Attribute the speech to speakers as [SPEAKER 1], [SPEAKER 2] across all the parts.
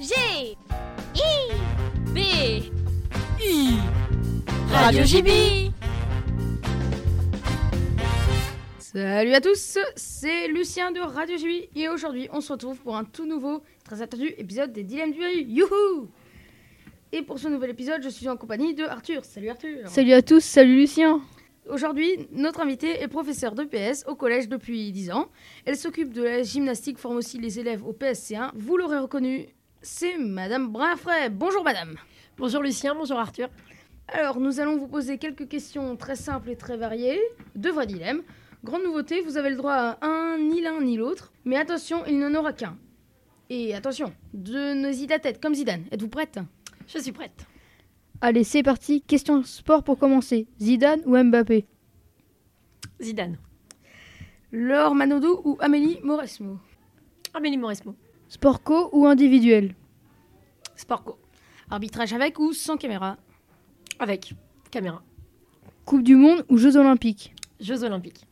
[SPEAKER 1] G I B
[SPEAKER 2] I.
[SPEAKER 1] Radio JB
[SPEAKER 2] Salut à tous, c'est Lucien de Radio JB et aujourd'hui on se retrouve pour un tout nouveau, très attendu épisode des Dilemmes du Bahut. Youhou Et pour ce nouvel épisode, je suis en compagnie de Arthur. Salut Arthur
[SPEAKER 3] Salut à tous, salut Lucien.
[SPEAKER 2] Aujourd'hui, notre invitée est professeure de PS au collège depuis 10 ans. Elle s'occupe de la gymnastique, forme aussi les élèves au PSC1. Vous l'aurez reconnu, c'est Madame Brinfray. Bonjour Madame
[SPEAKER 4] Bonjour Lucien, bonjour Arthur.
[SPEAKER 2] Alors, nous allons vous poser quelques questions très simples et très variées, de vrais dilemmes. Grande nouveauté, vous avez le droit à un, ni l'un ni l'autre, mais attention, il n'en aura qu'un. Et attention, de nos la tête, comme Zidane. Êtes-vous prête
[SPEAKER 4] Je suis prête.
[SPEAKER 3] Allez, c'est parti, question sport pour commencer. Zidane ou Mbappé
[SPEAKER 4] Zidane.
[SPEAKER 2] Laure Manodou ou Amélie Mauresmo
[SPEAKER 4] Amélie Mauresmo.
[SPEAKER 3] Sport co ou individuel
[SPEAKER 4] Sportco.
[SPEAKER 2] Arbitrage avec ou sans caméra
[SPEAKER 4] Avec caméra.
[SPEAKER 3] Coupe du monde ou Jeux olympiques
[SPEAKER 4] Jeux olympiques.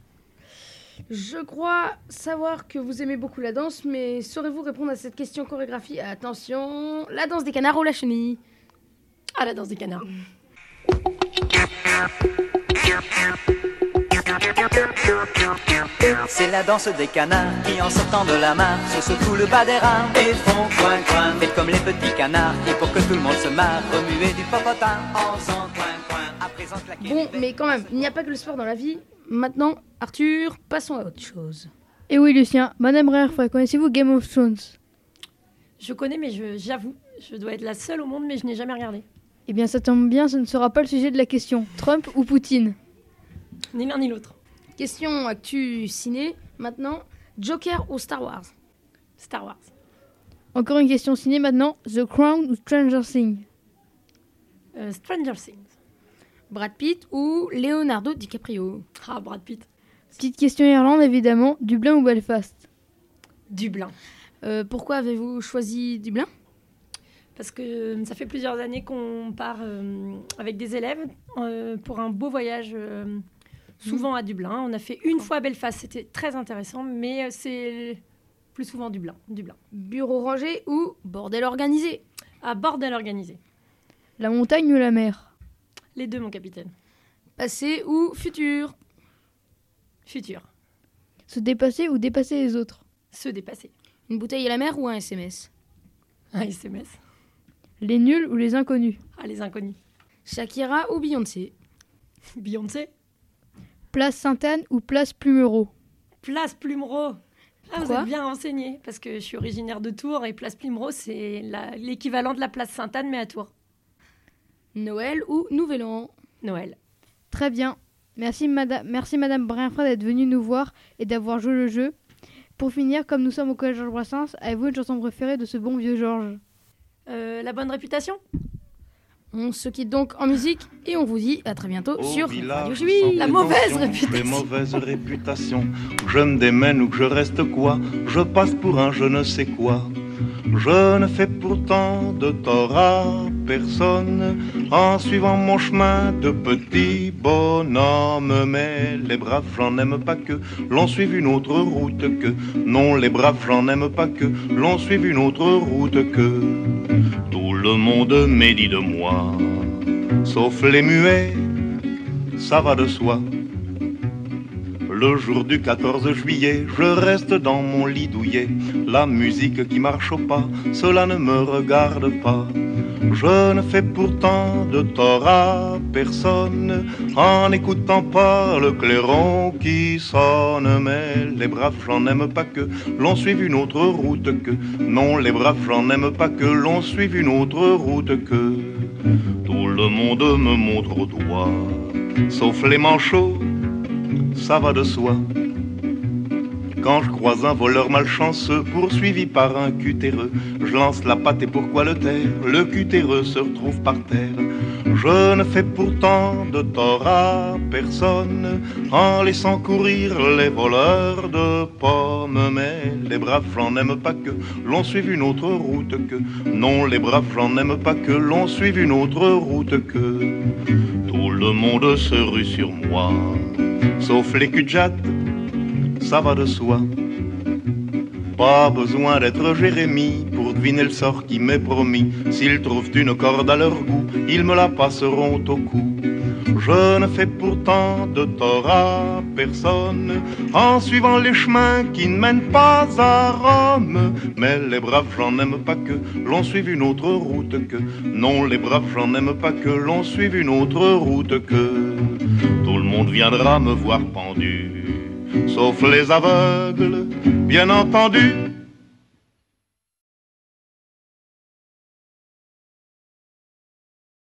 [SPEAKER 2] Je crois savoir que vous aimez beaucoup la danse, mais saurez-vous répondre à cette question chorégraphie Attention, la danse des canards ou la chenille
[SPEAKER 4] À la danse des canards.
[SPEAKER 5] C'est la danse des canards qui en sortant de la mare se secouent le bas des rats et font coin coin. Faites comme les petits canards et pour que tout le monde se marre, remuez du popotin en faisant coin coin. À présent claquer
[SPEAKER 2] Bon,
[SPEAKER 5] du bec,
[SPEAKER 2] mais quand même, il n'y a pas que le sport dans la vie. Maintenant, Arthur, passons à autre chose.
[SPEAKER 3] Et Eh oui, Lucien, Madame Rarefray, connaissez-vous Game of Thrones
[SPEAKER 4] Je connais, mais je- j'avoue, je dois être la seule au monde, mais je n'ai jamais regardé.
[SPEAKER 3] Eh bien, ça tombe bien, ce ne sera pas le sujet de la question. Trump ou Poutine
[SPEAKER 4] Ni l'un ni l'autre.
[SPEAKER 2] Question actu ciné, maintenant, Joker ou Star Wars
[SPEAKER 4] Star Wars.
[SPEAKER 3] Encore une question ciné maintenant. The Crown ou Stranger Things
[SPEAKER 4] Euh, Stranger Things.
[SPEAKER 2] Brad Pitt ou Leonardo DiCaprio
[SPEAKER 4] Ah, Brad Pitt.
[SPEAKER 3] Petite question Irlande, évidemment. Dublin ou Belfast
[SPEAKER 4] Dublin.
[SPEAKER 2] Euh, Pourquoi avez-vous choisi Dublin
[SPEAKER 4] Parce que euh, ça fait plusieurs années qu'on part euh, avec des élèves euh, pour un beau voyage, euh, souvent à Dublin. On a fait une fois à Belfast, c'était très intéressant, mais euh, c'est plus souvent Dublin. Dublin.
[SPEAKER 2] Bureau rangé ou bordel organisé
[SPEAKER 4] À bordel organisé.
[SPEAKER 3] La montagne ou la mer
[SPEAKER 4] Les deux, mon capitaine.
[SPEAKER 2] Passé ou futur
[SPEAKER 4] Futur.
[SPEAKER 3] Se dépasser ou dépasser les autres
[SPEAKER 4] Se dépasser.
[SPEAKER 2] Une bouteille à la mer ou un SMS
[SPEAKER 4] Un SMS.
[SPEAKER 3] Les nuls ou les inconnus
[SPEAKER 4] Ah, les inconnus.
[SPEAKER 2] Shakira ou Beyoncé
[SPEAKER 4] Beyoncé.
[SPEAKER 3] Place Sainte-Anne ou place Plumereau
[SPEAKER 4] Place Plumereau. Ah, vous
[SPEAKER 2] Pourquoi
[SPEAKER 4] êtes bien renseigné, parce que je suis originaire de Tours et Place Plumereau, c'est la- l'équivalent de la place Sainte-Anne, mais à Tours.
[SPEAKER 2] Noël ou Nouvel An
[SPEAKER 4] Noël.
[SPEAKER 3] Très bien. Merci Madame, merci Madame Brienfray d'être venue nous voir et d'avoir joué le jeu. Pour finir, comme nous sommes au Collège Georges Brassens, avez-vous une chanson préférée de ce bon vieux Georges
[SPEAKER 4] Euh, la bonne réputation
[SPEAKER 2] On se quitte donc en musique et on vous dit à très bientôt
[SPEAKER 6] Au
[SPEAKER 2] sur
[SPEAKER 6] village
[SPEAKER 2] Radio
[SPEAKER 6] Oh, sans
[SPEAKER 2] Juive.
[SPEAKER 4] la mauvaise
[SPEAKER 6] prétention,
[SPEAKER 4] réputation.
[SPEAKER 6] Les mauvaises réputations. Où je me démène ou que je reste quoi Je passe pour un je ne sais quoi. Je ne fais pourtant de tort à personne en suivant mon chemin de petit bonhomme. Mais les braves, j'en aime pas que l'on suive une autre route que. Non, les braves, j'en aime pas que l'on suive une autre route que. Tout le monde médit de moi, sauf les muets ça va de soi. Le jour du 14 juillet, je reste dans mon lit douillet. La musique qui marche au pas, cela ne me regarde pas. Je ne fais pourtant de tort à personne en n'écoutant pas le clairon qui sonne. Mais les braves, j'en aime pas que l'on suive une autre route que. Non, les braves, j'en aime pas que l'on suive une autre route que. Tout le monde me montre au doigt sauf les manchots, ça va de soi. Quand je croise un voleur malchanceux poursuivi par un cutéreux, je lance la patte et pourquoi le taire Le cutéreux se retrouve par terre. Je ne fais pourtant de tort à personne en laissant courir les voleurs de pommes. Mais les braves, j'en aime pas que l'on suive une autre route que. Non, les braves, j'en aime pas que l'on suive une autre route que. Tout le monde se rue sur moi, sauf les culs de jatte, ça va de soi. Pas besoin d'être Jérémie pour deviner le sort qui m'est promis. S'ils trouvent une corde à leur goût, ils me la passeront au cou. Je ne fais pourtant de tort à personne en suivant les chemins qui ne mènent pas à Rome. Mais les braves, j'en aime pas que l'on suive une autre route que. Non, les braves, j'en aime pas que l'on suive une autre route que. Tout le monde viendra me voir pendu, sauf les aveugles, bien entendu.